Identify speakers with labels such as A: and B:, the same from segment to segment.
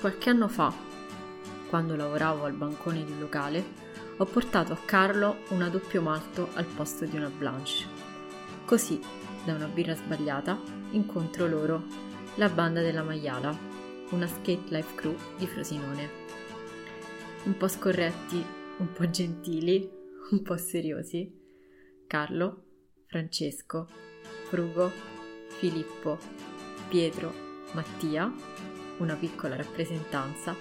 A: Qualche anno fa, quando lavoravo al bancone di un locale, ho portato a Carlo una doppio malto al posto di una blanche. Così, da una birra sbagliata, incontro loro, la banda della Maiala, una skate life crew di Frosinone. Un po' scorretti, un po' gentili, un po' seriosi. Carlo, Francesco, Frugo, Filippo, Pietro, Mattia, una piccola rappresentanza,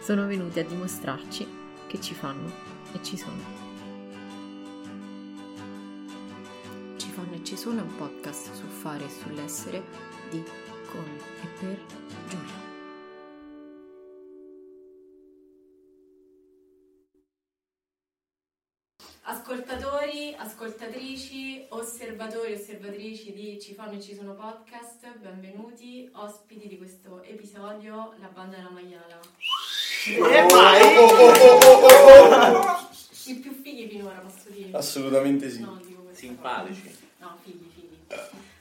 A: sono venuti a dimostrarci che ci fanno e ci sono. Ci fanno e ci sono è un podcast sul fare e sull'essere di, come e per Giulia.
B: Ascoltatori, ascoltatrici, osservatori, osservatrici di Ci fanno e ci sono podcast, benvenuti, ospiti di questo episodio, la banda della maiala.
C: Oh,
D: E vai!
B: I più fighi finora, posso dire.
E: Assolutamente sì.
B: No, dico questo.
D: Simpatici.
B: No, fighi, fighi.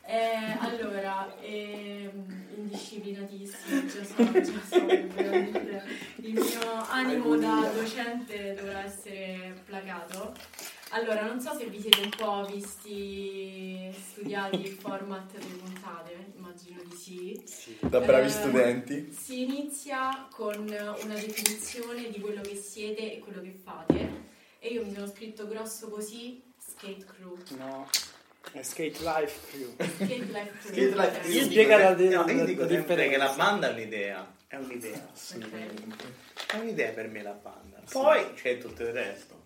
B: Eh, allora, ehm, indisciplinatissimi, già so, già so, veramente. Il mio animo da docente dovrà essere placato. Allora, non so se vi siete un po' visti, studiati il format delle puntate, immagino di sì.
E: Da bravi
B: Eh,
E: studenti.
B: Si inizia con una definizione di quello che siete e quello che fate. E io mi sono scritto grosso così, skate crew.
F: No, è Skate Life Crew.
B: Skate life crew.
E: Skate life
B: Ok.
F: crew. Io spiega
D: dico-
F: la de-
D: no, io
F: la-
D: dico
F: la
D: sempre
F: differenza.
D: che la banda è un'idea.
F: È un'idea.
D: È un'idea per me la banda. Poi c'è tutto il resto.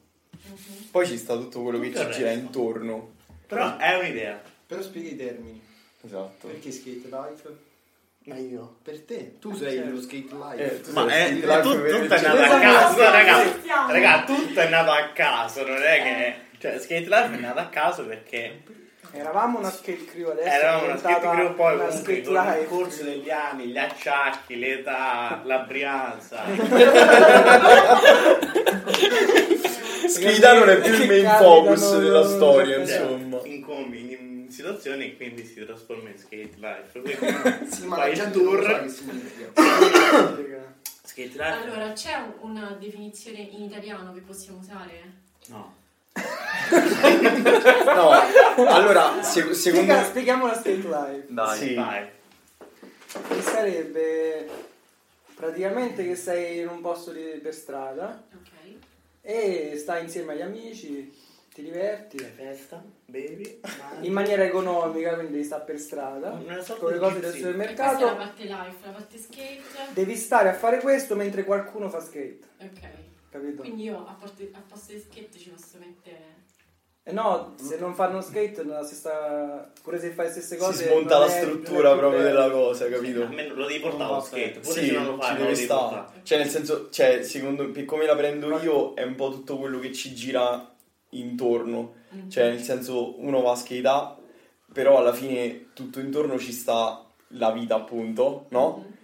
B: Mhm.
E: Poi ci sta tutto quello che
D: Tutto
E: ci
D: il
E: gira
D: resto.
E: intorno.
D: Però è un'idea.
C: Però spieghi i termini.
E: Esatto.
D: Eh,
C: Perché skate life?
F: Ma io?
C: Per te. Tu sei lo skate life.
E: Eh, tu
D: Ma
E: sei
D: è,
E: skate life
D: tu-
E: per-
F: eh,
D: tutto è
E: cioè,
D: nato a
E: esatto.
D: caso,
B: Esatto,
D: raga.
B: stiamo.
D: Raga, tutto è nato a caso, non è che... Cioè, Skate Life è nato a caso perché
F: Eravamo una Skate Crew adesso. è
D: eravamo una skate
F: diventata
D: crew, poi
F: una
D: comunque
F: Skate
D: con il
F: Life.
D: corso degli anni, gli acciacchi, l'età, la brianza.
E: Sfida non è più il main
F: Capitano,
E: focus della
F: non-
E: storia,
F: non-
E: insomma.
D: incombi Cioè, in, in situazioni e quindi si trasforma in skate life. Quindi
C: Sì, ma
D: fai
C: la
D: il
C: gente non lo sa
D: tour,
C: che significa.
D: skate life.
B: Allora, c'è una definizione in italiano che possiamo usare?
D: No.
E: No, allora, se- secondo
F: Spiega-
E: me...
F: Spieghiamo la Skate Life.
D: Sì. Vai.
F: Che sarebbe praticamente che sei in un posto di- per strada
B: Ok.
F: e stai insieme agli amici, ti diverti
D: Festa, bevi, mangi.
F: in maniera economica, quindi sta per strada
D: Una sorta
F: con le
D: di
F: cose del
B: Questa
D: gypsy.
B: è la
F: supermercato.
B: parte life, la parte skate.
F: Devi stare a fare questo mentre qualcuno fa skate,
B: Ok.
F: capito?
B: Quindi io a, parte- a posto di skate ci posso mettere...
F: Eh no, se non fanno skate, non è la stessa- pure se fai le stesse
E: Si
F: cose.
E: smonta
F: non
E: la
F: è-
E: struttura
F: non è più
E: proprio
F: bello.
E: della cosa,
D: A
E: capito?
D: me lo devi portare
C: Non
D: lo
C: basta.
D: skate, pure
E: Sì,
D: se non lo
E: ci
D: fai, non
E: deve
D: lo devi
E: stare.
D: portare.
E: Cioè, nel senso, cioè, secondo per come la prendo io, è un po' tutto quello che ci gira intorno.
B: Mm.
E: Cioè, nel senso, uno va a skateare, però alla fine tutto intorno ci sta la vita, appunto, no?
B: Mhm.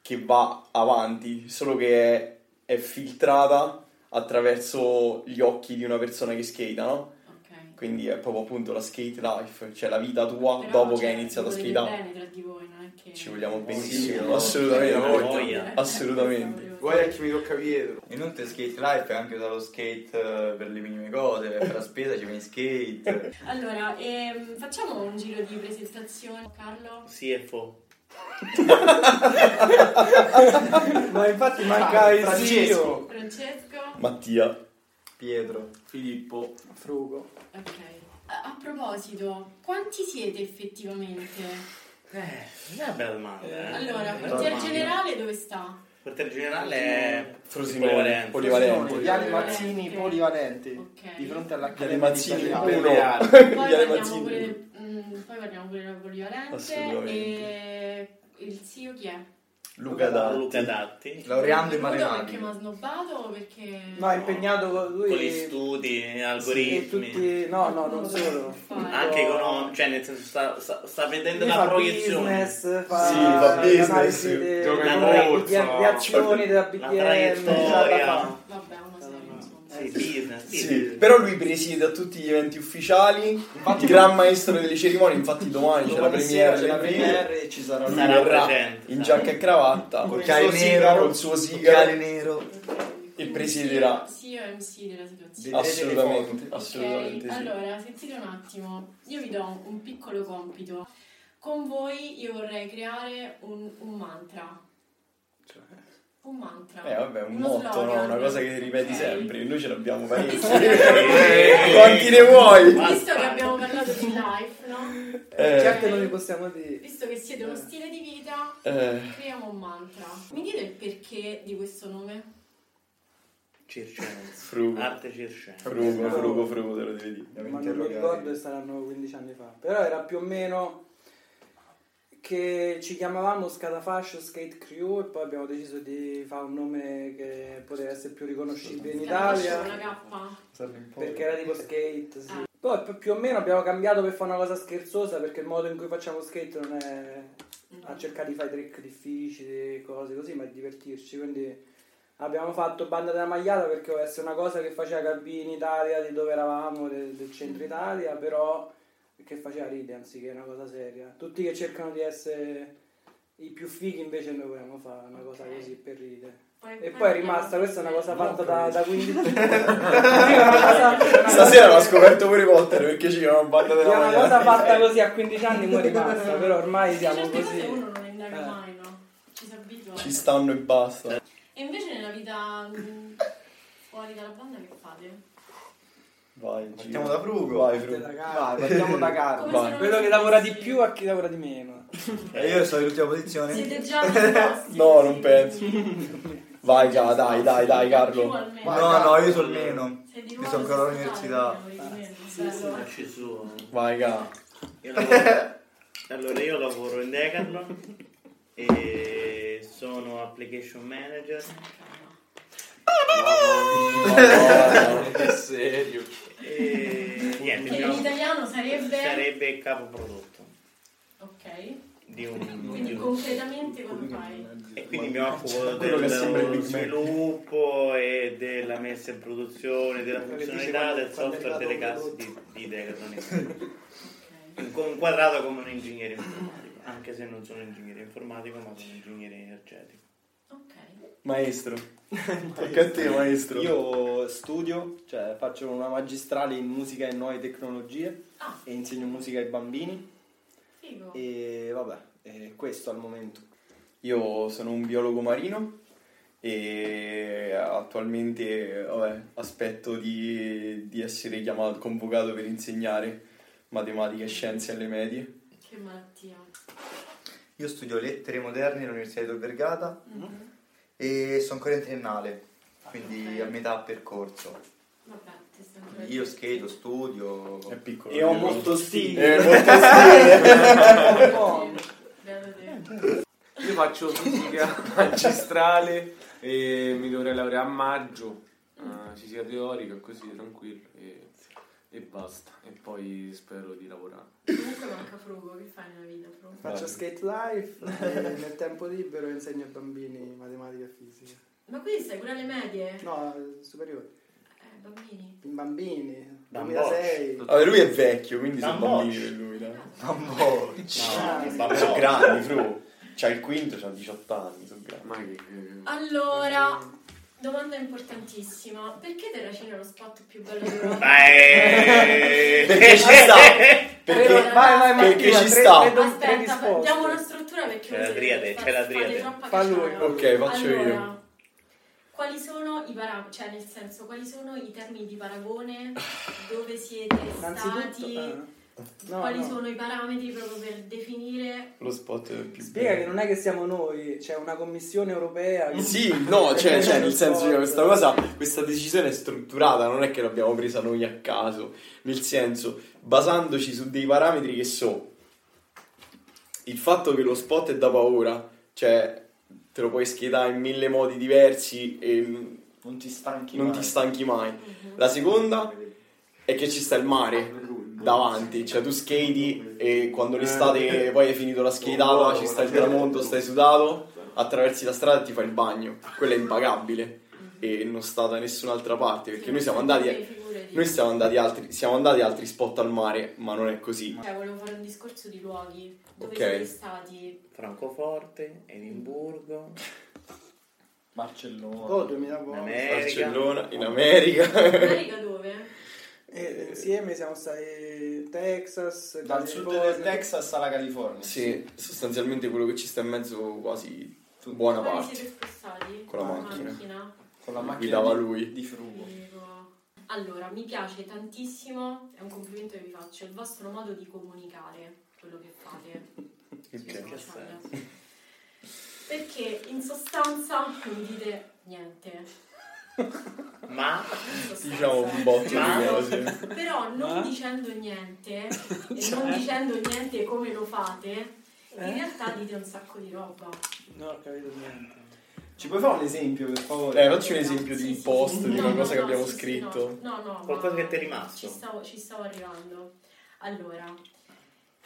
E: Che va avanti, solo che è, è filtrata attraverso gli occhi di una persona che skate, no?
B: Ok.
E: Quindi è proprio appunto la skate life, cioè la vita tua
B: Però,
E: dopo che
B: cioè,
E: hai iniziato a
B: vi volete
E: skateare.
B: bene tra di voi, non è che...
E: Ci vogliamo
C: Sì,
E: benissimo,
C: no?
E: assolutamente,
D: Sì,
E: no?
D: no?
B: Eh,
D: voglia.
E: assolutamente.
C: Guarda chi mi tocca dietro.
G: Inoltre skate life è anche usato skate eh, per le minime cose, per la spesa ci viene skate.
B: Allora, ehm, facciamo un giro di presentazione. Carlo,
D: CFO.
F: Ma infatti
B: Ah,
F: manca il
C: Francesco.
F: CEO.
B: Francesco.
E: Mattia,
G: Pietro,
E: Filippo,
F: Frugo.
B: Ok. A, a proposito, quanti siete effettivamente?
D: Eh, non è una bella domanda. eh.
B: Allora,
D: Bella
B: quartier
D: domanda.
B: generale dove sta?
D: Quartier generale è
E: Frosinone,
D: Polivalente.
E: Polivalente.
C: Viale Mazzini polivalenti.
B: Ok.
C: Di fronte
E: Viale
C: all'Accademia di
E: Mazzini
C: Italiano.
E: 1,
B: Poi parliamo pure,
E: Viale Mazzini
B: del, mm, poi parliamo pure della polivalente. E
E: Assolutamente.
B: il CEO chi è?
E: 1, Luca
D: Luca
E: Datti.
D: Datti.
G: laureando in
B: Venuto Perché mi
G: matematica.
B: ha snobbato o perché...
F: No, è impegnato con lui.
D: Con gli studi,
F: e
D: algoritmi.
F: tutti. No, no, non
B: Lo
F: solo.
B: fare.
D: Anche economico, cioè nel senso sta, sta, sta vedendo
F: Lui
D: la
F: fa
D: proiezione.
F: business, fa
E: Sì, fa
F: le
E: business,
F: analisi
E: sì.
F: de-
D: Gioca in
F: della
D: borsa.
F: BDM, le azioni della
D: La
F: BDM,
D: traiettoria.
F: la- la- la-
B: Vabbè, una serie, insomma.
D: Sì, business, business.
E: Sì. Però lui presiede a tutti gli eventi ufficiali, il gran maestro delle cerimonie, infatti domani, c'è la
C: Domani sera c'è
E: premiere
C: la
E: del film,
C: premiere e ci sarà
E: lui
C: lui.
D: Sarà
E: verrà
D: presente,
E: in
D: sarà.
E: giacca e cravatta,
C: Con il
E: col
C: suo
E: suo
C: sigaro.
E: sigaro, col suo sigaro,
G: nero.
E: e presiederà.
B: Sì, io MC della
C: Vedrete
B: situazione.
C: le foto.
E: Assolutamente,
B: Ok,
E: assolutamente sì.
B: Allora, sentite un attimo, io vi do un piccolo compito. Con voi io vorrei creare un, un mantra. Un mantra.
E: Cioè. Eh vabbè, un
B: Uno
E: motto, no?
B: slogan.
E: una cosa che ripeti
B: Ok.
E: sempre, noi ce l'abbiamo parecchio.
D: Ehi.
E: Quanti ne vuoi?
B: Visto che abbiamo parlato di life, no?
E: Eh,
F: Certe non le possiamo dire.
B: Visto che siete uno stile di vita,
E: eh,
B: creiamo un mantra. Mi dite il perché di questo nome?
D: Circense.
E: Frugo.
D: Arte circense.
E: frugo, frugo, frugo, te lo devi dire.
C: Dobbiamo
F: ma non lo ricordo e
C: interrogare.
F: saranno 15 anni fa. Però era più o meno che ci chiamavamo Scatafascio Skate Crew e poi abbiamo deciso di fare un nome che poteva essere più riconoscibile in
B: Una
F: Italia
B: K?
F: perché era tipo skate, sì. Poi pi- più o meno abbiamo cambiato per fare una cosa scherzosa perché il modo in cui facciamo skate non è a cercare di fare trick difficili, cose così, ma è divertirci, quindi abbiamo fatto Banda della Magliata perché voleva essere una cosa che faceva capire in Italia di dove eravamo, de- del, centro Italia, però che faceva ridere anziché una cosa seria. Tutti che cercano di essere i più fighi invece noi volevamo fare una cosa
B: Ok.
F: così per ridere. E poi è rimasta, questa è una cosa fatta da, da 15 anni.
E: Stasera l'ho scoperto pure Potter perché ci chiamano banda
F: È
E: della
F: una cosa
E: magliata.
F: fatta così a 15 anni mo è rimasta, però ormai certo, siamo
B: certe cose
F: così.
B: uno non indaga
F: Eh.
B: mai, no? Ci si abitua.
E: Ci stanno e basta.
B: E invece nella vita mh, fuori dalla banda che fate?
E: Vai,
G: Partiamo
E: Gio.
G: da Frugo.
E: Vai,
F: Parte
E: Frugo.
F: da casa.
C: Vai, partiamo da
B: Come
F: Ah,
C: Carlo.
E: Vai.
B: se non
F: Quello che
B: avessi-
F: lavora di più
E: eh.
F: a chi lavora di meno.
G: E Eh, io sono in ultima posizione.
B: Siete già risposti.
E: No, non penso. Vai, Ga, dai, dai, dai,
B: Più
E: Carlo.
B: almeno.
C: Vai,
G: No,
C: Carlo.
G: no, io sono meno.
B: Se di
G: Io
B: nuovo
G: sono ancora
B: si
G: all'università.
B: parla, bello.
D: Ci sono.
E: Vai, Ga.
D: Io lavoro- Allora, io lavoro in Decathlon e sono application manager
G: Che serio.
D: e niente,
B: Che in
D: diciamo,
B: italiano sarebbe...
D: sarebbe il capoprodotto
B: Ok.
D: di un...
B: Quindi
D: di un-
B: concretamente come fai?
D: E quindi mi occupo
E: Quello che sembra il
D: dello
E: Big Mac.
D: sviluppo e della messa in produzione, della
F: Quello che
D: funzionalità
F: dice
D: del
F: quando-
D: software delle
F: quando
D: case
F: è
D: di, di Decathlon.
B: Ok.
D: Inquadrato come un ingegnere informatico, anche se non sono ingegnere informatico ma sono ingegnere energetico.
B: Ok.
E: Maestro. Tocca a te, maestro.
C: Io studio, cioè faccio una magistrale in musica e nuove tecnologie
B: Ah,
C: e insegno musica ai bambini
B: figo.
C: e vabbè, è questo al momento.
E: Io sono un biologo marino e attualmente vabbè, aspetto di, di essere chiamato, convocato per insegnare matematica e scienze alle medie.
B: Che malattia.
G: Io studio lettere moderne all'Università di Tor Vergata e sono ancora in triennale, quindi a metà percorso.
B: Vabbè, ti stai ancora-
G: Io skate, studio.
E: È piccolo.
C: E ho
E: biologo.
C: molto stile.
E: Eh, molto stile.
B: Beato te.
H: Io faccio fisica magistrale e mi dovrei laureare a maggio, eh, fisica teorica, così tranquillo e, e basta. E poi spero di lavorare.
B: Comunque manca Frugo, che fai nella vita, Frugo?
F: Faccio skate life e nel tempo libero insegno ai bambini matematica e fisica.
B: Ma qui stai pure alle medie?
F: No, eh, superiori.
B: Eh, bambini.
F: In bambini.
D: Dan
F: 2006.
E: Vabbè, lui è vecchio, quindi sono
D: Bambocci.
E: bambini per lui, dai.
D: No,
F: Ah,
D: vabbè,
E: Sono grandi, fru. C'ha il quinto, c'ha 18 anni, sono grandi.
H: Ma che... che-
B: Allora, domanda importantissima. Perché Terracina è lo spot più bello d'Europa?
D: Vai!
E: Perché ci sta? Perché...
F: Vai, vai, Martina,
E: perché ci
F: tre-
E: sta?
F: tre do- tre
B: Aspetta, fa-
F: risposte.
B: diamo una struttura perché
D: C'è la
B: voi siete
D: triade,
B: fa-
D: c'è la
B: fate
D: triade.
B: troppa
F: Fa lui.
B: cacciara.
E: Ok, faccio
B: allora,
E: io.
B: Quali sono i parametri, cioè nel senso, quali sono i termini di paragone? Dove siete
F: Innanzitutto.
B: stati?
F: ah, no,
B: quali
F: no.
B: sono i parametri proprio per definire?
E: Lo spot è più
F: Spiega
E: bello.
F: che non è che siamo noi, c'è una commissione europea. che-
E: Sì, no, cioè, cioè, nel senso che questa cosa, questa decisione è strutturata, non è che l'abbiamo presa noi a caso, nel senso, basandoci su dei parametri che so, il fatto che lo spot è da paura, cioè, te lo puoi schedare in mille modi diversi e mm,
C: Non ti stanchi
E: non
C: mai.
E: ti stanchi mai. La seconda è che ci sta il mare davanti, cioè tu skati e quando l'estate poi hai finito la skatata, ci sta il tramonto, stai sudato, attraversi la strada e ti fai il bagno. Quello è impagabile. e non sta da nessun'altra parte perché noi siamo
B: Sì,
E: andati
B: figurati.
E: noi siamo andati altri siamo andati altri spot al mare ma non è così
B: Cioè, volevo fare un discorso di luoghi dove
E: Ok.
B: siete stati.
D: Francoforte, Edimburgo,
C: Barcellona.
F: Oh, 2000
D: in
F: volte.
D: America.
E: Barcellona in America
B: America dove?
F: E insieme siamo stati in Texas,
C: Dal sud
F: California.
C: del Texas alla California.
E: sì sostanzialmente quello che ci sta in mezzo quasi buona
B: Dove vi
E: parte
B: siete spostati?
E: Con la macchina.
C: Con la macchina
E: guidava
C: di,
E: lui
C: di Frugo.
B: Figo. Allora, mi piace tantissimo, è un complimento che vi faccio, il vostro modo di comunicare quello che fate sui
D: Che
B: social. Perché in sostanza non dite niente.
D: Ma
B: in sostanza.
E: diciamo un botto di
D: Ma-
E: cose
B: Però non dicendo niente, e non dicendo niente come lo fate, in realtà dite un sacco di roba.
F: No, ho capito niente.
C: Ci puoi fare un esempio, per favore?
E: eh facci un esempio di
B: Sì,
E: un
B: sì,
E: post
B: sì.
E: di
B: No,
E: una
B: no,
E: cosa che
B: no,
E: abbiamo
B: sì, sì,
E: scritto
B: no, no, no,
D: Qualcosa
B: ma
D: che ti è rimasto?
B: Ci stavo, ci stavo arrivando. Allora,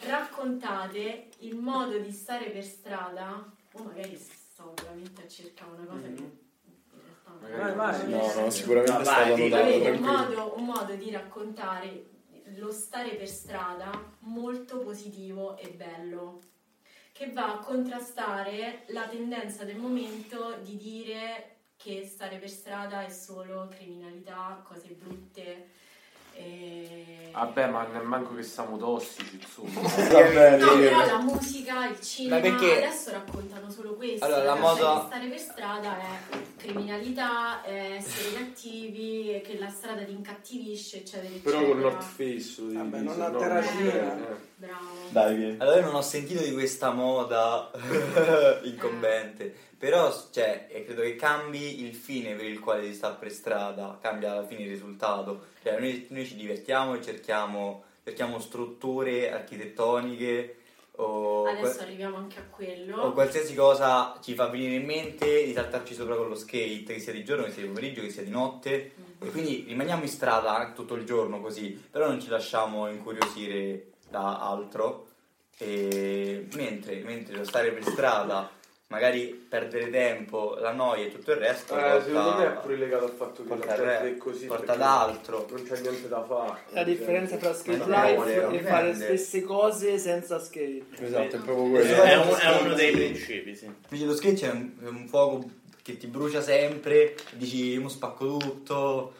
B: raccontate il modo di stare per strada, o magari stavo veramente a cercare una
D: Mm-hmm.
B: cosa che in realtà non
H: Magari
F: vai.
E: No, no,
D: Ma
E: sicuramente sta
D: vai, dillo.
E: annotando,
B: Avete un
E: tranquillo.
B: modo, un modo di raccontare lo stare per strada molto positivo e bello, che va a contrastare la tendenza del momento di dire che stare per strada è solo criminalità, cose brutte. e-
H: Vabbè, ma non è manco che siamo tossici, insomma.
E: Vabbè,
B: No,
E: dai.
B: però la musica, il cinema,
G: Eh, Ma perché-
B: adesso raccontano solo questo.
G: Allora, la
B: ragazzi,
G: moda-
B: che Stare per strada è criminalità, è essere cattivi, è che la strada ti incattivisce, eccetera, eccetera.
H: Però con North Face. lo
F: Vabbè,
H: diviso,
F: non la
H: no?
F: terracina.
H: Eh.
B: Bravo.
C: Dai, vieni.
G: Allora io non ho sentito di questa moda incombente, però cioè, eh, credo che cambi il fine per il quale si sta per strada, cambia alla fine il risultato. Cioè, noi, noi ci divertiamo e cerchiamo, cerchiamo strutture architettoniche o,
B: Adesso
G: qua-
B: arriviamo anche a
G: o
B: quello.
G: qualsiasi cosa ci fa venire in mente di saltarci sopra con lo skate, che sia di giorno, che sia di pomeriggio, che sia di notte. E quindi rimaniamo in strada tutto il giorno così, però non ci lasciamo incuriosire da altro. E mentre, mentre lo stare per strada, magari perdere tempo, la noia e tutto il resto,
H: Eh, secondo me è pure legato al fatto che la
G: porta,
H: gente
G: re-
H: è così.
G: porta
H: perché
G: ad altro.
H: Non c'è niente da fare.
I: La differenza tra skate
G: Ma no,
I: life
G: volevo-
I: e fare le
G: dipende.
I: stesse cose senza skate.
E: esatto è proprio
G: Eh,
E: quello
D: È, un- è uno dei principi, sì.
G: Invece lo sketch è un, è un fuoco che ti brucia sempre, dici mo spacco tutto,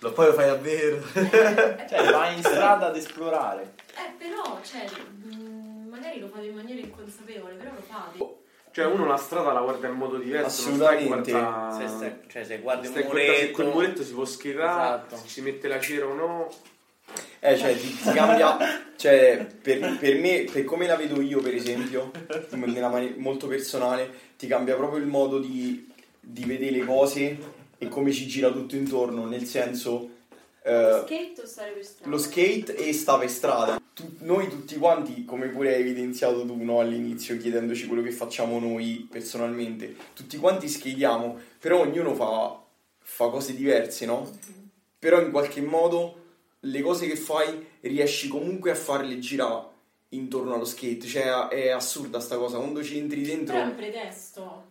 G: lo poi lo fai davvero.
C: Cioè, vai in strada ad esplorare.
B: Eh, però, cioè, mh, magari lo fate in maniera inconsapevole, però lo fate.
G: Oh,
H: Cioè, uno la strada la guarda in modo diverso. non
C: Assolutamente.
H: stai a
D: Se
H: guardare-
D: stai- cioè, se guardi un
H: Ah. Stai a guardare se
D: muretto,
H: quel muretto si può schierare,
D: Esatto.
H: se ci mette la cera o no.
E: Eh, cioè, ti, ti cambia. Cioè, per, per me, per come la vedo io, per esempio, in- nella mani- molto personale, ti cambia proprio il modo di, di vedere le cose e come ci gira tutto intorno. Nel senso, eh,
B: skate o stare per strada?
E: lo skate e sta per strada. Tu- noi tutti quanti, come pure hai evidenziato tu no, all'inizio, chiedendoci quello che facciamo noi personalmente, tutti quanti skatiamo, però ognuno fa, fa cose diverse, no?
B: Mhm.
E: Però in qualche modo le cose che fai riesci comunque a farle girare intorno allo skate. Cioè a- è assurda sta cosa, quando ci entri
B: Però è un
E: dentro...
B: pretesto.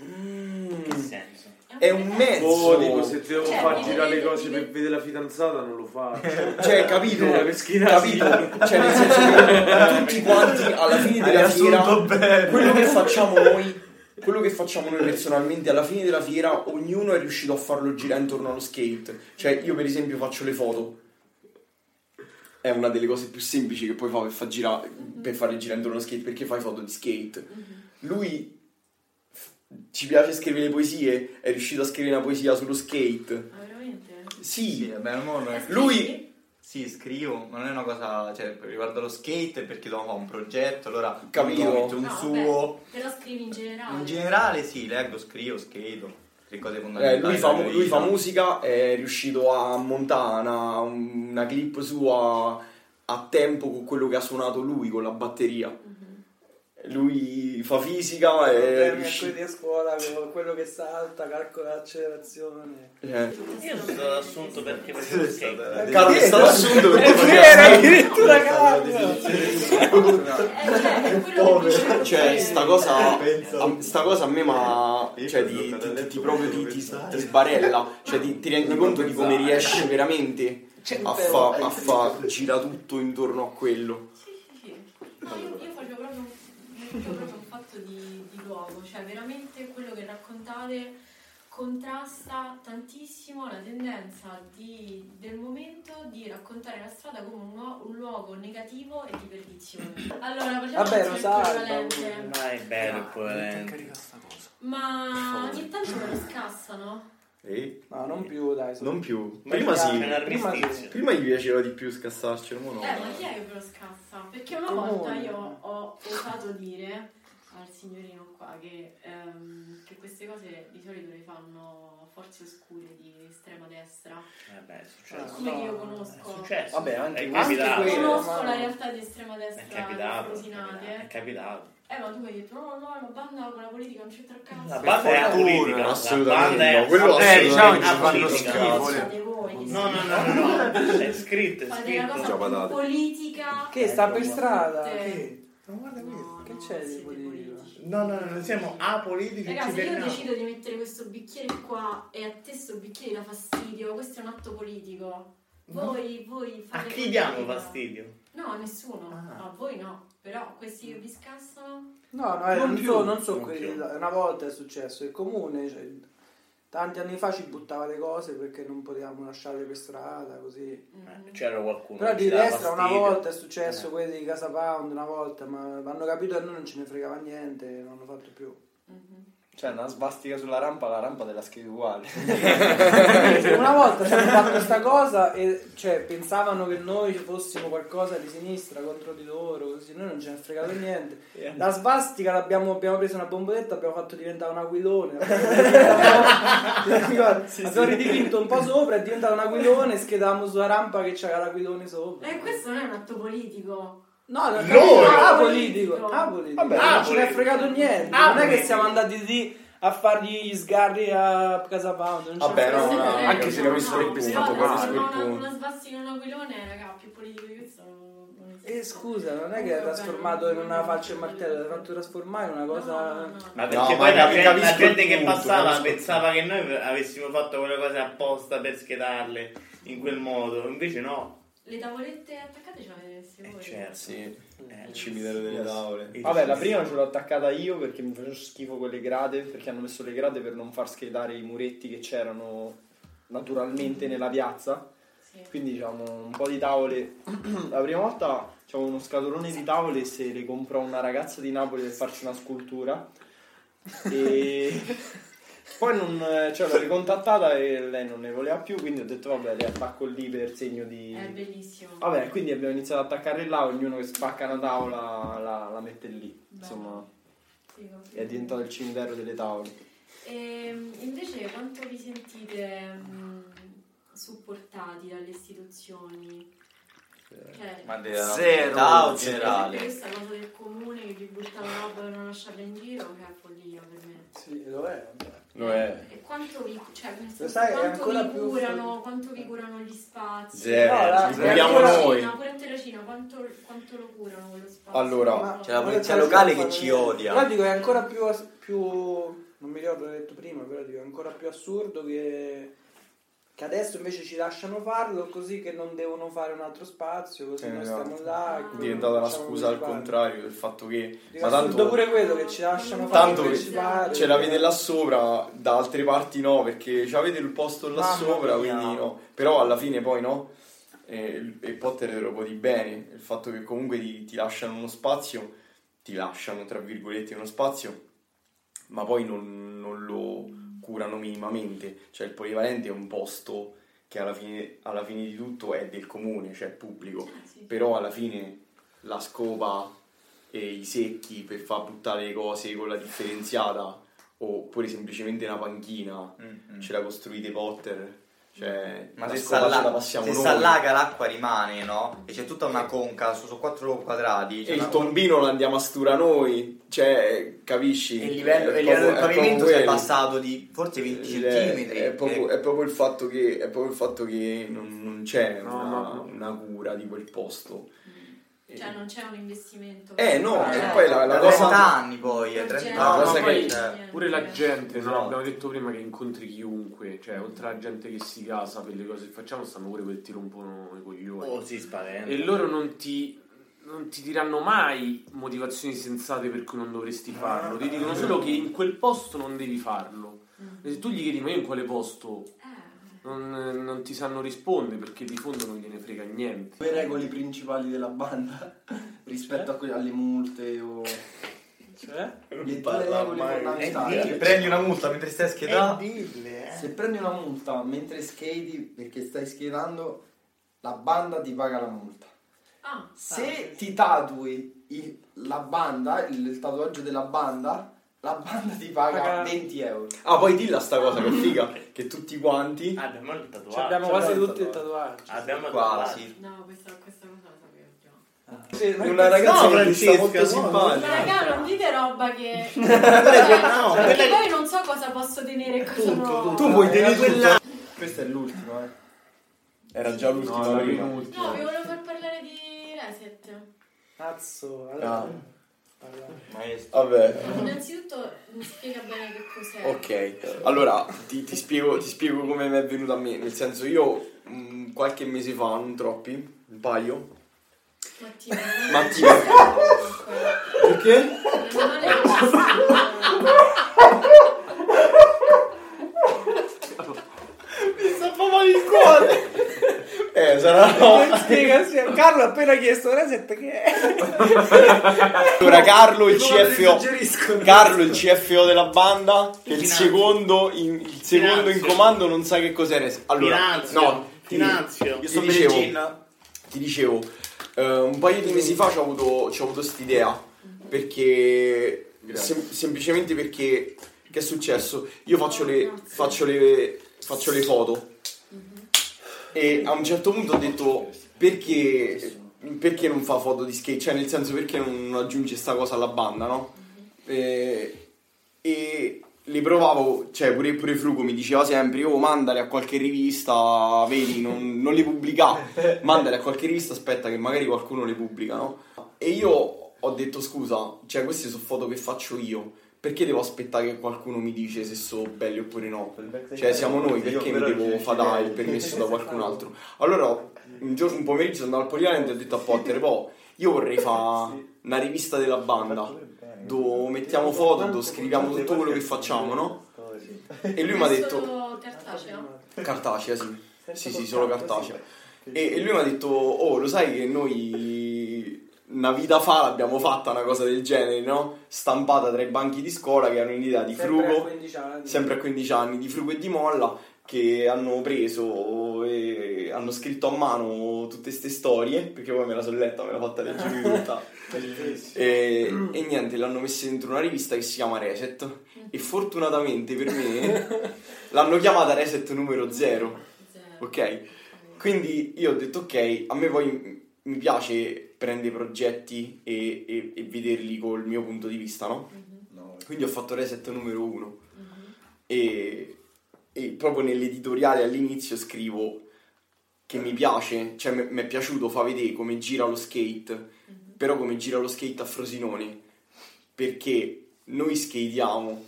E: Mm,
D: che senso?
E: è un mezzo.
H: Oh, dico, se devo
B: Cioè,
H: far
B: mi
H: girare le
B: vedete-
H: cose
B: mi
H: per
B: vedete-
H: vedere la fidanzata, non lo faccio.
E: Cioè, capito?
H: Eh, per schierarsi.
E: Capito? Cioè, nel senso che tutti quanti alla fine
G: Hai
E: della fiera,
G: assunto bene.
E: quello che facciamo noi, quello che facciamo noi personalmente, alla fine della fiera, ognuno è riuscito a farlo girare intorno allo skate. Cioè, io per esempio faccio le foto. È una delle cose più semplici che puoi fare per, far girare, per fare girare intorno allo skate, perché fai foto di skate. Lui f- ci piace scrivere le poesie, è riuscito a scrivere una poesia sullo skate.
B: Ma Ah, veramente?
G: Sì,
E: Sì,
G: vabbè, ma non è-
B: Eh,
E: lui-
B: sì.
G: Sì, scrivo, ma non è una cosa, cioè, riguardo allo skate perché devo fare un progetto, allora
E: Capito.
G: ognuno mette un
B: No,
G: suo.
B: vabbè, però scrivi in generale.
G: In generale sì, leggo, scrivo, skato, tre cose fondamentali.
E: Eh, lui, fa,
G: della
E: lui fa
G: vita.
E: musica, è riuscito a montare una, una clip sua a tempo con quello che ha suonato lui con la batteria.
B: Mhm.
E: lui fa fisica ma
F: Eh,
E: è
F: problemi a
E: riuscito...
F: quelli a scuola, con quello che salta, calcola l'accelerazione.
E: Eh.
D: Io sono stato assunto perché facevo skate.
E: Carlo è stato assunto perché
F: È vero, addirittura Carlo!
B: Eh, cioè, è quello che dicevo
E: Cioè,
B: prima.
E: sta cosa, a, sta cosa a me ma cioè, ti, ti- ti- ti proprio ti, ti- ti sbarella, cioè ti, ti rendi conto di come riesci veramente
F: Cioè,
E: a Ah, fa, a fa gira tutto intorno a quello.
B: Sì. No, io, io faccio proprio, io proprio un fatto di, di luogo, cioè veramente quello che raccontate contrasta tantissimo la tendenza di- del momento di raccontare la strada come un, luo- un luogo negativo e di perdizione. Allora, parliamo
F: Vabbè,
B: del
F: lo salva,
B: polivalente.
D: Ma è bello il polente.
B: Ma ogni tanto me lo scassano.
E: Eh?
F: No, non più, dai. sono-
E: Non più.
D: Ma
E: Prima
D: c'è un
E: sì.
D: armistizio.
E: Prima gli piaceva di più scassarcelo, ma no.
B: Eh, ma chi è che ve lo scassa? Perché una
F: Comune.
B: volta io ho osato dire al signorino qua che, ehm, che queste cose di solito le fanno forze oscure di estrema destra.
D: Vabbè, Eh è
F: Ah,
D: successo.
B: Come che io
D: È
B: conosco.
D: successo.
C: Vabbè, anche-
D: è
F: anche
D: capitato.
F: quello.
B: Conosco
F: ma-
B: la realtà di estrema
D: È
B: destra
D: capitato. È
B: rosinate.
D: capitato.
B: Eh, ma tu mi hai detto: no, no, no, la banda con la politica non c'entra
D: La
B: cazzo.
D: banda è
E: fortuna,
D: politica.
E: assolutamente
D: La banda
E: no,
D: è-
E: quello
D: la-
H: Eh, diciamo che
D: è
H: ci fanno
D: politica.
H: schifo.
B: Siete voi che
D: No, no, no, no, no. È scritto, è
B: fate la
D: scritto.
B: cosa più politica.
F: Che sta
E: Eh,
F: per strada?
B: Tutte.
F: Che?
D: Ma guarda
B: No,
F: Che
B: no,
F: c'è di
B: siete
F: politica?
B: politici.
D: No, no, no, noi siamo apolitici.
B: Ragazzi,
D: ci
B: io
D: fermiamo.
B: decido di mettere questo bicchiere qua e a te sto bicchiere da fastidio, questo è un atto politico. Voi, voi
D: A
B: fate
D: chi diamo
B: politica.
D: fastidio?
B: No, a nessuno.
D: Ah.
B: No, a voi no. Però questi che vi scassano.
F: No, no, eh,
E: Non
F: non,
E: più,
F: so, non so
E: non
F: quelli
E: più.
F: là. Una volta è successo il comune, cioè, tanti anni fa ci buttava le cose perché non potevamo lasciarle per strada, così.
B: Mhm.
D: Eh, C'era qualcuno
F: Però
D: che
F: di
D: ci dava
F: destra una
D: fastidio.
F: volta è successo
D: Eh.
F: quelli di Casa Pound, una volta, ma hanno capito che a noi non ce ne fregava niente, non l'hanno fatto più.
B: Mhm.
C: Cioè, una svastica sulla rampa, la rampa te la scrivi uguale.
F: una volta ci hanno fatto questa cosa e cioè, pensavano che noi fossimo qualcosa di sinistra contro di loro, così noi non ce ne è fregato niente. La svastica l'abbiamo abbiamo preso una bomboletta, abbiamo fatto diventare un aquilone. Abbiamo, abbiamo ridipinto un po' sopra, è diventato un aquilone, schedavamo sulla rampa che c'era l'aquilone sopra.
B: Eh, questo non è un atto politico.
F: No, no,
D: Loro!
F: ah, politico, ah, politico.
D: Vabbè,
F: non ce ne
D: politico.
F: è fregato niente.
D: Ah,
F: non è che
D: politico.
F: siamo andati lì a fargli gli sgarri a Casa Pound. Non ce ne è
E: Vabbè,
F: fregato
E: no,
F: niente.
E: no,
C: anche se
B: non
C: non sarebbe stato
B: quasi
C: quasi
B: una,
C: quel punto.
B: una svastica in un aquilone, raga, più politico di questo non, non esiste.
F: Eh scusa, non è
B: Oh,
F: che è trasformato in una falce e martello, l'hai fatto trasformare in una cosa.
B: No, no, no.
D: Ma
E: No,
D: perché
E: ma
D: poi la,
E: capi-
D: la
E: capisco
D: gente
E: il
D: che
E: punto,
D: passava
E: capisco il
D: pensava che noi avessimo fatto quelle cose apposta per schedarle in quel modo, invece no.
B: Le tavolette attaccate ce le avete messe
D: Eh,
B: voi.
D: certo.
E: Sì,
D: Eh,
E: il cimitero delle tavole.
D: il-
C: Vabbè, la prima ce l'ho attaccata io perché mi facevano schifo quelle grade, perché hanno messo le grade per non far schedare i muretti che c'erano naturalmente nella piazza.
B: Sì.
C: Quindi diciamo un po' di tavole. La prima volta c'avevo uno scatolone di tavole se le comprò una ragazza di Napoli per farci una scultura. E poi non, cioè, l'ho ricontattata e lei non ne voleva più, quindi ho detto vabbè, le attacco lì per segno di...
B: È bellissimo.
C: Vabbè, quindi abbiamo iniziato ad attaccare là, ognuno che spacca una tavola la, la mette lì. Insomma,
B: Sì, no.
C: è diventato il cimitero delle tavole.
B: Ehm, invece quanto vi sentite mh, supportati dalle istituzioni?
E: Eh,
B: Cioè,
G: Ma della
I: Zero.
G: città o
B: se
G: generale?
B: questa cosa del comune che vi butta la roba per non lasciarla in giro, che è follia per me.
F: Sì, lo è.
E: Lo è.
B: E quanto vi, cioè, nel senso,
F: sai, è ancora
B: quanto vi
F: più
B: curano, quanto vi curano gli spazi?
E: Zero.
F: No, la-
E: Ci
F: la-
E: curiamo
F: la-
E: noi.
B: Terracina, Pure a Terracina, quanto, quanto lo curano quello spazio?
E: Allora,
F: Ma-
G: C'è la
F: ma
G: polizia
F: che
G: locale
F: cosa
G: che
F: fa-
G: ci odia.
F: Però dico è ancora più, ass- più. Non mi ricordo l'ho detto prima, però dico è ancora più assurdo che. Che adesso invece ci lasciano farlo così che non devono fare un altro spazio, così
E: Eh,
F: noi
E: no.
C: esatto.
F: stiamo là. e
B: È
F: quello
E: È diventata la
F: facciamo
E: scusa al
F: come ci pare.
E: contrario del fatto che
F: Dico,
E: ma
F: assurdo
E: tanto
F: pure quello che ci lasciano fare
E: Tanto
F: come
E: che
F: ci
G: Cioè,
F: pare.
E: ce l'avete Cioè, là sopra da altre parti no perché avete il posto là
G: Mamma
E: sopra
G: mia.
E: quindi no però alla fine poi no e, e Potter era un po' di bene il fatto che comunque ti, ti lasciano uno spazio ti lasciano tra virgolette uno spazio ma poi non, non lo curano minimamente cioè il polivalente è un posto che alla fine, alla fine di tutto è del comune cioè è pubblico
B: Ah, sì.
E: però alla fine la scopa e i secchi per far buttare le cose con la differenziata oppure semplicemente una panchina
G: Mm, mm.
E: ce la costruite Potter Cioè,
G: Ma
E: la
G: se
E: scopa
G: s'alla-
E: ce la passiamo
G: se
E: noi.
G: s'allaga l'acqua rimane, no? E c'è tutta una conca su, su quattro quadrati. c'è
E: E il
G: una-
E: tombino lo andiamo a stura noi, cioè, capisci?
G: e il livello,
E: È
G: e il livello
E: proprio-
G: del
E: è
G: pavimento
E: proprio
G: si è
E: quello.
G: abbassato di forse 20
E: Ed è-
G: centimetri.
E: Eh, cioè,
G: eh.
E: È proprio,
C: Eh,
G: E-
E: è proprio il fatto che, è proprio il fatto che non, non c'è
H: No,
E: una,
H: no, no.
E: una cura di quel posto.
B: Cioè non c'è un investimento.
E: Eh no,
B: Eh,
E: e poi la, la
G: da
E: cosa...
G: 30 anni poi, eh,
B: Non
G: 30
B: c'è-
E: la
G: anni.
E: cosa
G: Ma
E: che-
G: poi-
B: Niente.
H: Pure la gente, no?
G: Esatto.
H: Abbiamo detto prima che incontri chiunque, cioè oltre alla gente che si casa per le cose che facciamo, stanno pure quelli che ti rompono i coglioni.
D: Oh, si spaventa.
H: E loro non ti, non ti diranno mai motivazioni sensate per cui non dovresti farlo, ti dicono solo che in quel posto non devi farlo. E se tu gli chiedi ma io in quale posto
B: Eh,
H: non, non ti sanno rispondere perché di fondo non gliene frega niente.
C: Le regole principali della banda rispetto a que- alle multe o...
F: Cioè?
C: Le due
E: parla
C: regole
E: mai.
C: fondamentali.
G: Ti prendi una multa mentre stai a schedare.
D: dille,
C: Se prendi una multa mentre skati perché stai skatando, la banda ti paga la multa.
B: Ah,
C: Se ti tatui il- la banda, il, il tatuaggio della banda, la banda ti paga
F: Paga-
C: 20 euro.
E: Ah, poi dilla sta cosa che figa, che tutti quanti...
D: Abbiamo il tatuaggio.
F: Ci abbiamo quasi tutti il tatuaggio.
D: Abbiamo il
E: Ah,
D: tatuaggio.
G: Quasi.
B: no, questa, questa cosa la sapevo già.
E: Una ragazza
D: No,
E: che ti sta
D: Francesca,
E: molto
D: sì,
E: simpatica.
B: Raga, non dite roba che...
D: no,
B: perché
D: quella-
B: poi non so cosa posso tenere e cosa no.
E: Tu vuoi tenere quella...
C: Questo è l'ultimo, eh.
E: Era già l'ultima
H: No, la
E: prima.
B: No,
H: penultima.
B: vi volevo far parlare di Reset.
F: Cazzo, allora.
E: Ah,
F: parla.
G: Maestro.
E: vabbè.
B: Innanzitutto mi spiega bene che cos'è.
E: Ok, allora ti, ti spiego, ti spiego come mi è venuto a me. Nel senso, io mh, qualche mese fa, non troppi, un paio.
B: Mattia. non-
E: Mattia. Perché?
B: Non è necessario.
E: Eh, sarà una roba.
F: Spiegazione. Carlo ha appena chiesto reset che è.
E: Allora, Carlo il CFO.
F: Suggeriscono.
E: Carlo il CFO della banda. Che il
D: Finanzio.
E: secondo, in, il secondo in
D: Finanzio.
E: comando non sa che cos'è. res- Allora,
D: Finanzio.
E: no, ti-
D: Finanzio.
E: Io
G: Sto
E: sto
G: per il
E: dicevo,
G: gin.
E: ti dicevo, eh, un paio di mesi fa ci ho avuto, ci ho avuto quest'idea perché
H: Grazie.
E: sem- semplicemente perché che è successo? Io faccio le, faccio le, faccio le foto e a un certo punto ho detto perché, perché non fa foto di skate? Cioè nel senso perché non aggiunge sta cosa alla banda, no? E, Eh, e le provavo, cioè pure, pure Frugo mi diceva sempre, oh mandale a qualche rivista, vedi, non, non le pubblicare, mandale a qualche rivista, aspetta che magari qualcuno le pubblica, no? E io ho detto scusa, cioè queste sono foto che faccio io, perché devo aspettare che qualcuno mi dice se sono belle oppure no? Cioè siamo noi, perché mi devo fare il permesso da qualcun altro? Allora, un, giorno, un pomeriggio sono andato al Polivalente e ho detto a Potter, boh, io vorrei fare una rivista della banda dove mettiamo foto, dove scriviamo tutto quello che facciamo, no?
G: Oh,
E: E lui mi ha
B: È
E: detto
B: solo cartacea.
E: cartacea, sì. Sì, sì, solo cartacea. E, e lui mi ha detto, oh, lo sai che noi una vita fa l'abbiamo fatta una cosa del genere, no? Stampata tra i banchi di scuola che erano un'idea di frugo sempre a 15 anni, di Frugo e di Molla, che hanno preso e hanno scritto a mano tutte queste storie, perché poi me la sono letta, me l'ha fatta leggere tutta. e, e niente, l'hanno messa dentro una rivista che si chiama Reset, e fortunatamente per me l'hanno chiamata Reset numero 0,
B: Zero.
E: ok? Quindi io ho detto ok, a me poi mi piace prendere progetti e, e- e vederli col mio punto di vista, no?
B: Mhm,
E: Quindi ho fatto Reset numero 1
B: mhm.
E: e, e proprio nell'editoriale all'inizio scrivo che mi piace, cioè mi mi è piaciuto fa vedere come gira lo skate, però come gira lo skate a Frosinone, perché noi skateiamo,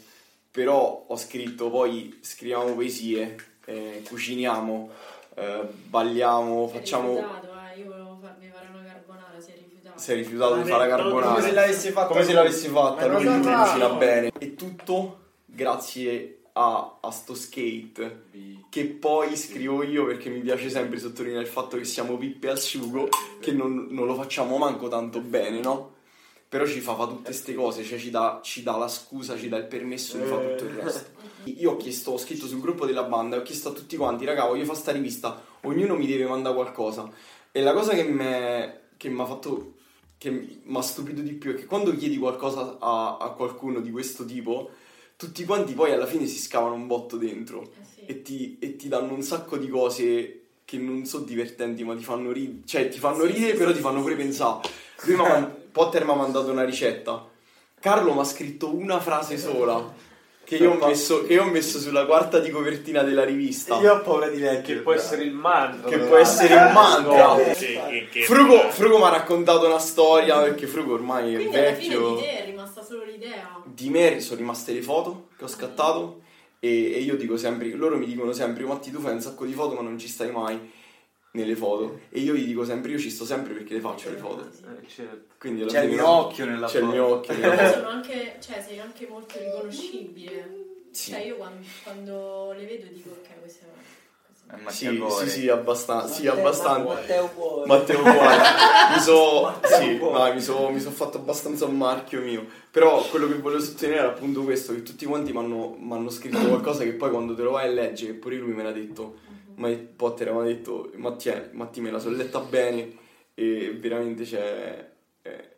E: però ho scritto poi scriviamo poesie, eh, cuciniamo, eh, balliamo,
B: Si è
E: facciamo...
B: rifiutato, eh, Io volevo farmi fare una carbonara, si è rifiutato.
E: Si è rifiutato di
D: Ma
E: fare la
D: detto-
E: carbonara
C: Come se l'avessi fatta
E: come se l'avessi fatta,
C: Ma
E: lui
C: non
E: mi
C: lo fa.
E: cucina bene. E tutto grazie a, a sto skate che poi scrivo io perché mi piace sempre sottolineare il fatto che siamo pippe al sugo, che non, non lo facciamo manco tanto bene, no? Però ci fa, fa tutte queste cose, cioè ci dà, ci dà la scusa, ci dà il permesso di fare tutto il resto. Io ho chiesto, ho scritto sul gruppo della banda, ho chiesto a tutti quanti, raga, voglio fare sta rivista, ognuno mi deve mandare qualcosa. E la cosa che m'è- che mi ha fatto che mi ha stupito di più è che quando chiedi qualcosa a, a qualcuno di questo tipo, tutti quanti poi alla fine si scavano un botto dentro
B: Eh sì.
E: e ti, e ti danno un sacco di cose che non so divertenti, ma ti fanno ridere. Cioè, ti fanno ridere, però ti fanno pure pensare. Lui m'ha man- Potter mi ha mandato una ricetta. Carlo mi ha scritto una frase sola. Che io, ho messo, che io ho messo sulla quarta di copertina della rivista.
G: Io ho paura di
H: Che
G: leggere.
H: può essere il mantra.
E: Che
H: tra
E: può essere il mantra.
D: Sì, che- che-
E: Frugo, Frugo mi ha raccontato una storia perché Frugo ormai è
B: Quindi alla fine
E: vecchio.
B: di te è rimasta solo l'idea.
E: di me sono rimaste le foto che ho scattato e, e io dico sempre, loro mi dicono sempre Matti tu fai un sacco di foto ma non ci stai mai nelle foto e io gli dico sempre io ci sto sempre perché le faccio le foto
B: Sì.
H: l'altro. Eh, certo.
E: quindi alla
G: C'è il
E: fine
G: mio
E: no,
G: occhio nella
E: c'è il
G: foto.
E: mio occhio
B: Poi
E: nella-
B: sono anche, cioè, sei anche molto riconoscibile.
E: Sì.
B: Cioè, io quan- quando, le vedo dico, ok, questa è questa
G: Eh,
B: è-
G: ma
E: sì,
G: che gore.
E: sì sì abbastanza sì abbastanza
I: Matteo Cuore.
E: Matteo uguale mi so sì, no, mi so, mi so fatto abbastanza un marchio mio però quello che volevo sottolineare era appunto questo che tutti quanti mi hanno scritto qualcosa che poi quando te lo vai a leggere che pure lui me l'ha detto ma il Potter mi ha detto Mattia, Matti me la sono letta bene e veramente cioè, eh,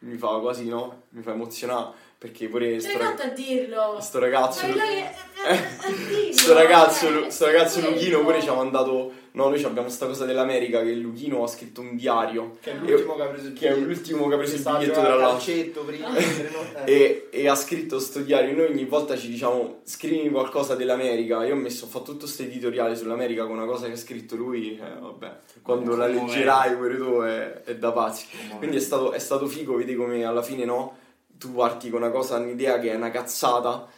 E: mi fa quasi no mi fa emozionare perché pure
B: Ce l'hai
E: sto,
B: fatta
E: rag-
B: a dirlo!
E: sto Eh, ragazzo
B: Sai là che- eh, eh, dillo,
E: sto ragazzo,
B: eh,
E: sto ragazzo
B: quello.
E: Luchino pure diciamo, ci ha mandato no noi ci abbiamo sta cosa dell'America che Luchino ha scritto un diario
C: Che è
E: l'ultimo
C: l'ultimo che ha preso il
E: che è l'ultimo che ha preso il biglietto della Lazio
C: calcetto prima. mentre no- eh.
E: e, e ha scritto sto diario. Noi ogni volta ci diciamo scrivimi qualcosa dell'America. Io ho messo, ho fatto tutto questo editoriale sull'America con una cosa che ha scritto lui. eh, vabbè, quando la leggerai pure tu è, è da pazzi. Quindi è stato, è stato figo, vedi come alla fine no? Tu parti con una cosa, un'idea che è una cazzata,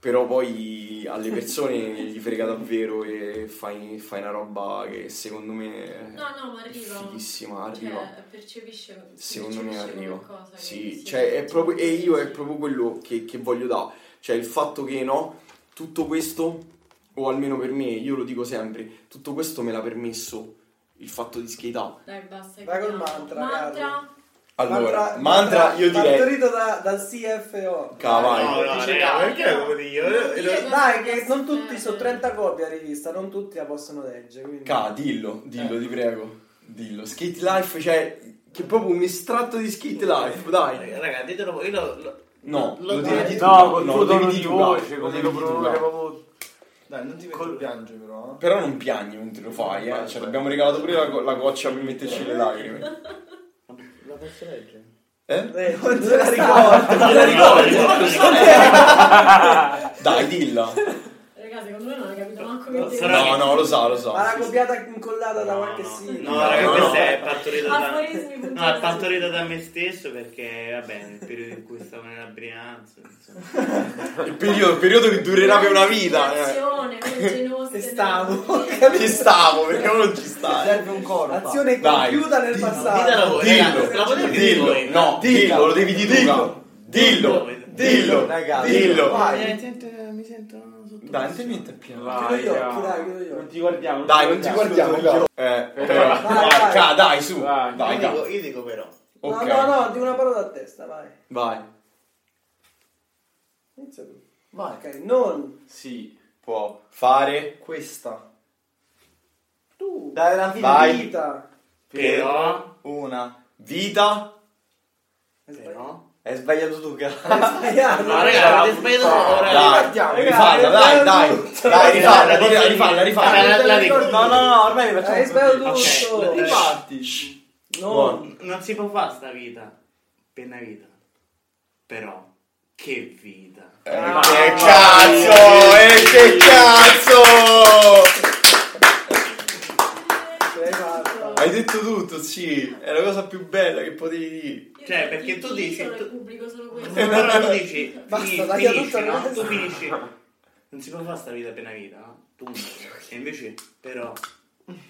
E: però poi alle persone gli frega davvero e fai, fai una roba che secondo me è
B: No, no, ma arriva.
E: fighissima, arriva.
B: Cioè, percepisce
E: Secondo me
B: percepisce
E: arriva.
B: qualcosa che
E: Sì,
B: si-
E: cioè, è proprio, e io è proprio quello che, che voglio dare. Cioè, il fatto che no, tutto questo, o almeno per me, io lo dico sempre, tutto questo me l'ha permesso il fatto di skateare.
B: Dai, basta.
F: Vai col
B: chiudiamo.
F: mantra,
B: mantra.
E: Allora, mantra, io direi...
F: Partorito da- dal CFO.
E: Ca, vai.
D: No, no,
B: Dice
D: raga,
B: Dario.
D: perché devo dire?
B: Non
D: Io-
B: dire
D: io-
B: cosa
F: Dai,
B: pensi,
F: che non tutti,
B: eh.
F: sono 30 copie a rivista, non tutti la possono leggere. Quindi.
E: Ca, dillo, dillo,
H: Eh.
E: ti prego. Dillo. Skate Life, cioè, che è proprio un estratto di Skate Life, dai.
D: Raga, ditelo voi, io lo- lo-
E: No,
D: lo-
E: lo
D: dai.
E: devi dire
H: No,
E: tu,
H: con
E: no,
H: il tuo
E: lo devi
H: tono
E: dire
H: di
E: tu, Gao,
H: voce,
E: lo
H: con
E: devi dire
H: lo
E: tu,
H: pronuncia
E: Gao.
H: proprio...
C: Dai, non ti metti
H: Col-
C: a piangere però. eh.
E: Però non piagni mentre lo fai, eh. Cioè, abbiamo regalato pure la, co- la goccia per metterci le lacrime.
C: La posso leggere?
E: Eh?
F: Eh,
E: Dai, dilla.
B: Raga, secondo me non hai capito manco
D: No,
B: che
D: sarà-
E: No, no, lo sa, lo
F: Ma
E: sa.
F: l'ha copiata incollata da qualche Ah,
D: no,
F: sito.
D: No, raga,
E: No,
D: questo
E: no.
D: è partorito da...
B: Aforismi
D: No, è partorito da me stesso perché, vabbè, nel periodo in cui stavo nella Brianza, insomma.
E: Il periodo, il periodo che durerà per una vita. eh.
B: Che
F: Che stavo,
E: Ci stavo, perché non ci eh. stai.
C: Serve un coro. fa.
F: Azione
E: Dai,
F: compiuta nel
D: Ditelo
F: passato.
D: voi, raga, se la
E: Dillo,
D: potete dire
E: dillo,
D: voi.
E: no, dillo, lo devi dire tu, Gao. Dillo, dillo,
C: Raga,
E: dillo.
C: Vai.
F: Eh,
C: mi sento sotto.
E: Dai, non ti metti a piangere.
F: Chiudo gli occhi, dai,
H: Vai,
F: chiudo gli
H: Non
F: occhi.
H: ti guardiamo.
E: Dai, non ti guardiamo, Gao. Eh, però. Dai, Ca, dai, su.
H: Vai.
E: Dai,
D: io,
E: Gao.
D: dico, io dico però,
F: No,
E: Ok.
F: no, no, di una parola a testa, vai.
E: Vai.
F: Inizia tu.
C: Vai.
F: Ok, non
H: Sì.
E: Può fare.
C: Questa.
F: tu.
C: Dai, la fine.
E: Vai.
F: Vita.
D: però,
E: Una vita.
F: Hai sbagliato.
D: però...
G: Hai sbagliato tu, cazzo.
D: No,
F: Sbagliato.
D: raga, avete sbagliato ora.
E: Dai,
C: Guardiamo,
E: rifalla, dai, dai. Dai, rifalla, rifalla, rifalla, rifalla.
D: Raga, la- la dico.
C: Eh, No, no, no, ormai le
F: Hai
C: facciamo.
F: sbagliato
D: Ok,
F: tutto.
D: la-
C: Infatti.
F: Non.
D: Non si può fare sta vita. Penna vita. Però, che vita.
F: ah,
E: Che
C: Ah.
E: cazzo, eh, che cazzo!
F: L'hai fatta.
E: Hai detto tutto, sì, è la cosa più bella che potevi dire.
D: Cioè, perché tu dici-
B: Sono
D: tu-
B: il pubblico solo questo.
D: E Però tu dici,
F: Basta,
D: fini-
F: taglia tutto
D: finisci,
F: il
D: no?
F: resto.
D: Tu finisci. Non si può fare sta vita penna vita, no? Punto. E invece, però,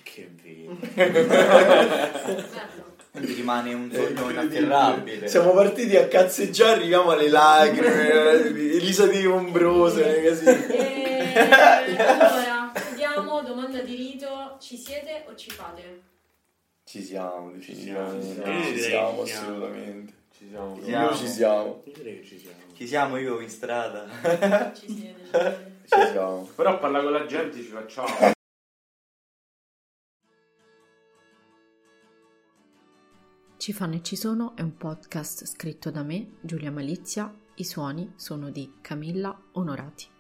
D: che vita.
B: Bello.
G: Quindi rimane un
C: Eh,
G: sogno inafferrabile.
E: Siamo partiti a cazzeggiare, arriviamo alle lacrime, Elisa di Ombrose, così.
B: E allora, vediamo, domanda di rito, ci siete o ci fate?
E: Ci siamo,
D: Ci
E: definitivamente.
D: siamo.
E: Ci siamo, assolutamente.
H: Ci siamo.
G: Ci siamo.
E: Io ci siamo,
D: Io direi che ci siamo.
G: Ci siamo io in strada.
B: Ci siete, ci siete.
E: ci siamo.
H: Però parla con la gente ci facciamo.
A: Ci fanno e ci sono è un podcast scritto da me, Giulia Malizia, I suoni sono di Camilla Onorati.